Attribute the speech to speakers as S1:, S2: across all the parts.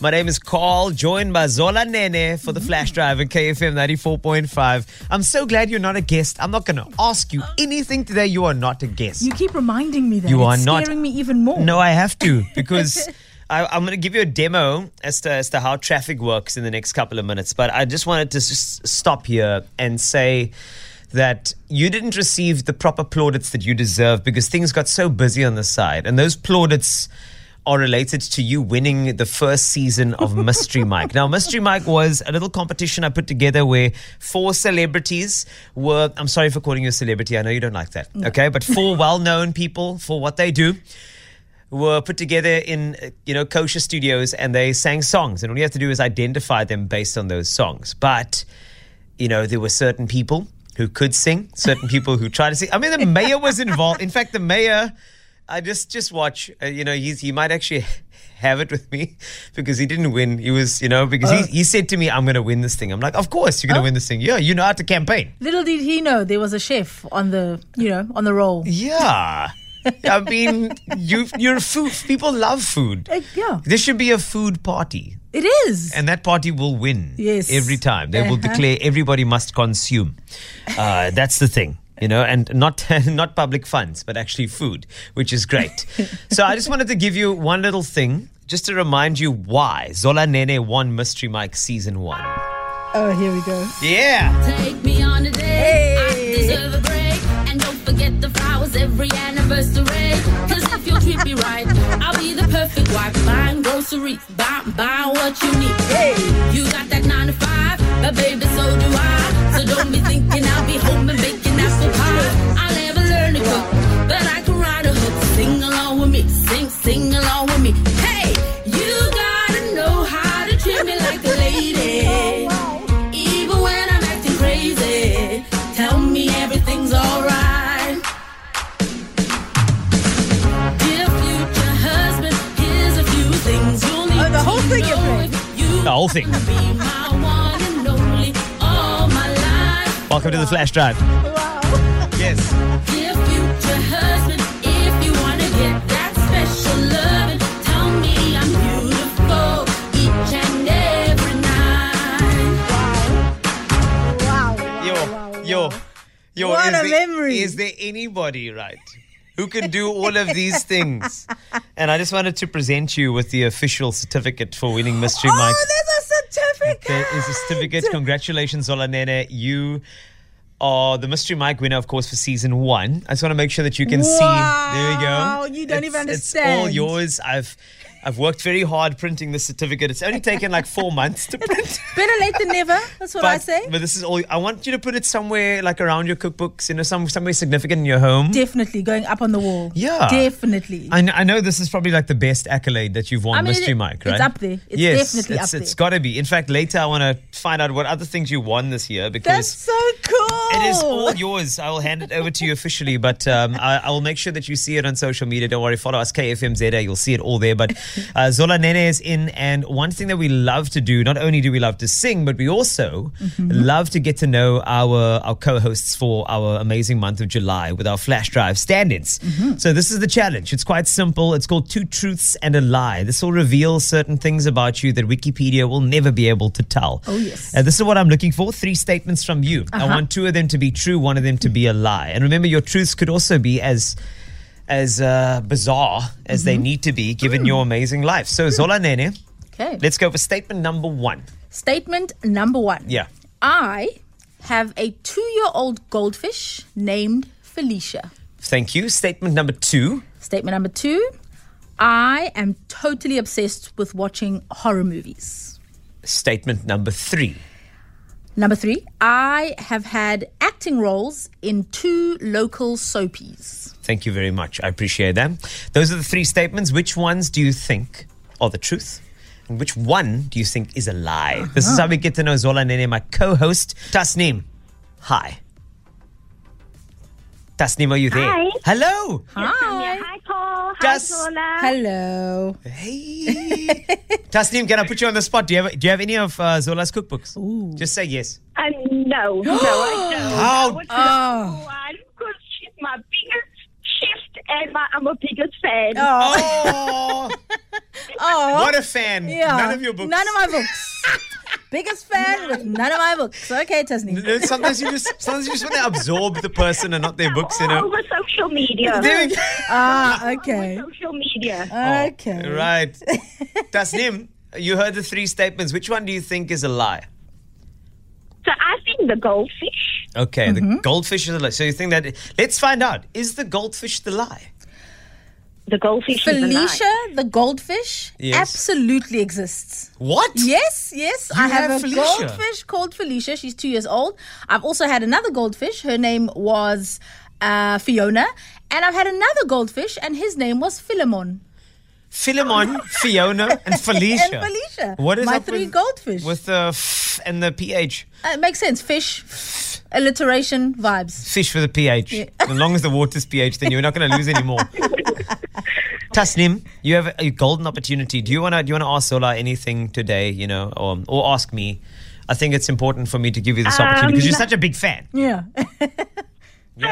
S1: My name is Carl, joined by Zola Nene for the Flash Drive at KFM 94.5. I'm so glad you're not a guest. I'm not going to ask you anything today. You are not a guest.
S2: You keep reminding me that
S1: You
S2: it's
S1: are not-
S2: scaring me even more.
S1: No, I have to because I, I'm going to give you a demo as to, as to how traffic works in the next couple of minutes. But I just wanted to s stop here and say that you didn't receive the proper plaudits that you deserve because things got so busy on the side, and those plaudits. Are related to you winning the first season of Mystery Mike. Now, Mystery Mike was a little competition I put together where four celebrities were. I'm sorry for calling you a celebrity. I know you don't like that. Okay. But four well known people for what they do were put together in uh, you know kosher studios and they sang songs and all you have to do is identify them based on those songs but you know there were certain people who could sing certain people who tried to sing i mean the mayor was involved in fact the mayor i just just watch uh, you know he's he might actually have it with me because he didn't win he was you know because he, he said to me i'm going to win this thing i'm like of course you're going to win this thing yeah you know how to campaign
S2: Little did he know there was a chef on the, you know, on the roll.
S1: yeah i mean you you're food people love food
S2: Eh, yeah,
S1: This should be a food party,
S2: it is.
S1: and that party will win.
S2: Yes.
S1: every time they will
S2: Uh-huh.
S1: declare everybody must consume. Uh, that's the thing, you know, and not not public funds, but actually food, which is great. so I just wanted to give you one little thing, just to remind you why Zola Nene won Mystery Mike season one.
S2: oh, here we go.
S1: Yeah,
S3: Take me on a date. I deserve a break. And don't forget the flowers every anniversary. Cause if you treat me right, I'll be the perfect wife. Buying groceries, buy, buy what you need. You got that nine to five, but baby, so do I. So don't be thinking I'll be home and baking apple pie. I'll never learn to cook, but I can ride a hook. Sing along with me, sing, sing along with me. Hey, you gotta know how to treat me like a lady. Even when I'm acting crazy, tell me everything's alright. Dear future husband, here's a few things you'll need
S2: Oh, the whole
S3: to
S2: thing is
S3: know
S2: red.
S3: if you
S1: The whole thing.
S3: wanna Be my one and only all my life.
S1: welcome to the flash drive. Yes.
S3: Dear future husband, if you wanna get that special loving, tell me I'm beautiful each and every night.
S1: Yo, yo, yo.
S2: What
S1: is
S2: a
S1: there-
S2: memory.
S1: Is there anybody, right, who can do all of these things? And I just wanted to present you with the official certificate for winning Mystery Mike.
S2: Oh, there's a certificate.
S1: There is a certificate. Congratulations, Zola Nene. You are the Mystery Mike winner, of course, for season one. I just want to make sure that you can see. There we go.
S2: Wow, you don't
S1: It's-
S2: even
S1: It's all
S2: understand.
S1: yours. I've I've worked very hard printing this certificate. It's only taken like four months to print.
S2: Better late than never. That's what
S1: But,
S2: I say.
S1: but this is all. I want you to put it somewhere like around your cookbooks, you know, some somewhere significant in your home.
S2: Definitely going up on the wall.
S1: Yeah.
S2: Definitely.
S1: I know, I know this is probably like the best accolade that you've won,
S2: I mean,
S1: Mystery
S2: it-
S1: Mike,
S2: it's
S1: right?
S2: up there. It's
S1: yes,
S2: definitely
S1: it's,
S2: up
S1: It's
S2: there.
S1: got to be. In fact, later I want to find out what other things you won this year
S2: That's
S1: because
S2: so cool.
S1: it is all yours. I will hand it over to you officially, but um, I, I will make sure that you see it on social media. Don't worry, follow us, KFMZA. You'll see it all there. But uh, Zola Nene is in, and one thing that we love to do, not only do we love to sing, but we also
S2: Mm-hmm.
S1: love to get to know our, our co hosts for our amazing month of July with our flash drive stand ins.
S2: Mm-hmm.
S1: So, this is the challenge. It's quite simple. It's called Two Truths and a Lie. This will reveal certain things about you that Wikipedia will never be able to tell.
S2: Oh, yes.
S1: And this is what I'm looking for three statements from you. I want two of them to be true, one of them to be a lie. And remember, your truths could also be as as uh, bizarre as they need to be given your amazing life. So, Zola Nene,
S2: Okay.
S1: let's go for statement number one.
S2: Statement number one.
S1: Yeah.
S2: I have a two-year-old goldfish named Felicia.
S1: Thank you. Statement number two.
S2: Statement number two. I am totally obsessed with watching horror movies.
S1: Statement number three.
S2: Number three, I have had acting roles in two local soapies.
S1: Thank you very much. I appreciate that. Those are the three statements. Which ones do you think are the truth? And which one do you think is a lie? This is how we get to know Zola Nene, my co host, Tasneem. Hi. Tasneem, are you there?
S4: Hi.
S1: Hello.
S2: Hi.
S4: Hi, Paul. Hi,
S1: Does-
S4: Zola.
S2: Hello.
S1: Hey. Tasneem, can I put you on the spot? Do you have, do you have any of uh, Zola's cookbooks? Just say yes.
S4: Um, no, no,
S2: Oh.
S4: I Oh. don't.
S1: How-
S4: I would love for one because she's my biggest chef and my, I'm a biggest fan.
S2: Oh,
S1: Oh.
S2: Oh,
S1: What a fan.
S2: yeah.
S1: None of your books.
S2: None of my books. Biggest fan with none of my books. Okay, Tasneem.
S1: No, Sometimes you just sometimes you just want to absorb the person and not their books, you
S4: All
S1: know.
S4: over social media.
S1: There we go.
S2: Ah, okay. Uh.
S4: Social media.
S2: Okay.
S1: Oh, Right. Tasnim, you heard the three statements. Which one do you think is a lie?
S4: So I think the goldfish.
S1: Okay, the goldfish is a lie. So you think that let's find out. Is the goldfish the lie?
S4: The goldfish is a
S2: Felicia,
S4: lie.
S2: the goldfish,
S1: Yes.
S2: absolutely exists.
S1: What?
S2: Yes, yes. I
S1: have
S2: have, a
S1: Felicia?
S2: goldfish called Felicia. She's two years old. I've also had another goldfish. Her name was uh, Fiona. And I've had another goldfish, and his name was Philemon.
S1: Philemon, Fiona, and Felicia.
S2: And Felicia.
S1: What is
S2: My
S1: up
S2: three
S1: with,
S2: goldfish.
S1: with the f and the ph?
S2: Uh, it makes sense. Fish, alliteration, vibes.
S1: Fish with a ph. As long as the water's ph, then you're not going to lose any more. Tasnim, you have a golden opportunity. Do you want to do you want to ask Zola anything today? You know, or, or ask me. I think it's important for me to give you this opportunity because you're such a big fan.
S2: Yeah.
S4: So,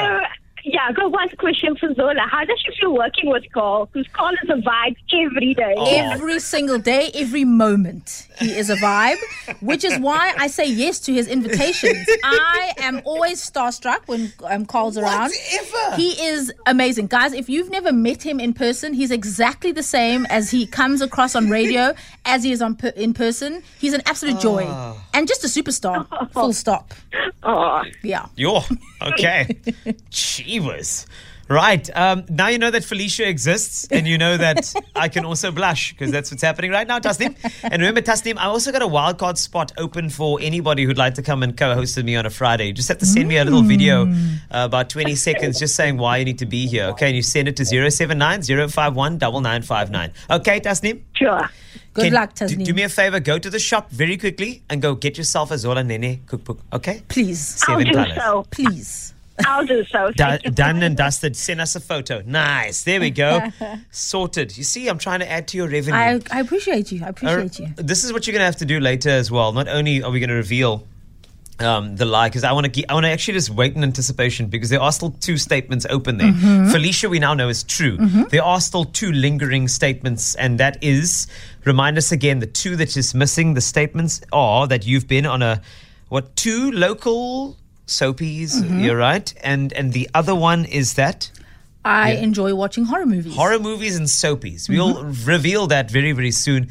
S4: yeah, I got one question for Zola. How does she feel working with Carl? Because Carl is a vibe every day.
S2: Oh. every single day, every moment. He is a vibe, which is why I say yes to his invitations. I am always starstruck when um, Carl's around.
S1: Whatever.
S2: He is amazing. Guys, if you've never met him in person, he's exactly the same as he comes across on radio, as he is on per- in person. He's an absolute joy
S1: Ah.
S2: and just a superstar. Full stop.
S4: Oh,
S2: Yeah.
S1: Yo, okay. Jeebus. Right. Um, now you know that Felicia exists and you know that I can also blush because that's what's happening right now, Tasnim. And remember, Tasnim, I also got a wildcard spot open for anybody who'd like to come and co host with me on a Friday. You just have to send me a little video,
S2: Mm.
S1: uh, about 20 seconds, just saying why you need to be here. Okay. And you send it to 079 051 9959. Okay, Tasnim?
S4: sure.
S2: Good
S1: Can-
S2: luck,
S1: do-
S2: Tasneem.
S1: Do me a favor, go to the shop very quickly and go get yourself a Zola Nene cookbook. Okay?
S2: Please.
S4: I'll
S1: Seven
S4: do
S1: colours.
S4: so.
S2: Please.
S4: I'll do so.
S1: Do-
S4: Thank you.
S1: done and dusted. Send us a photo. Nice. There we go. Sorted. You see, I'm trying to add to your revenue.
S2: I, I appreciate you. I
S1: Ar-
S2: appreciate you.
S1: This is what you're going to have to do later as well. Not only are we going to reveal um, the lie, because I want to I want to actually just wait in anticipation because there are still two statements open there.
S2: Mm-hmm.
S1: Felicia, we now know is true. There are still two lingering statements, and that is remind us again the two that is missing. The statements are that you've been on a what two local soapies.
S2: Mm-hmm.
S1: You're right, and and the other one is that
S2: I enjoy watching horror movies. Mm-hmm.
S1: horror movies and soapies. We'll reveal that very, very soon.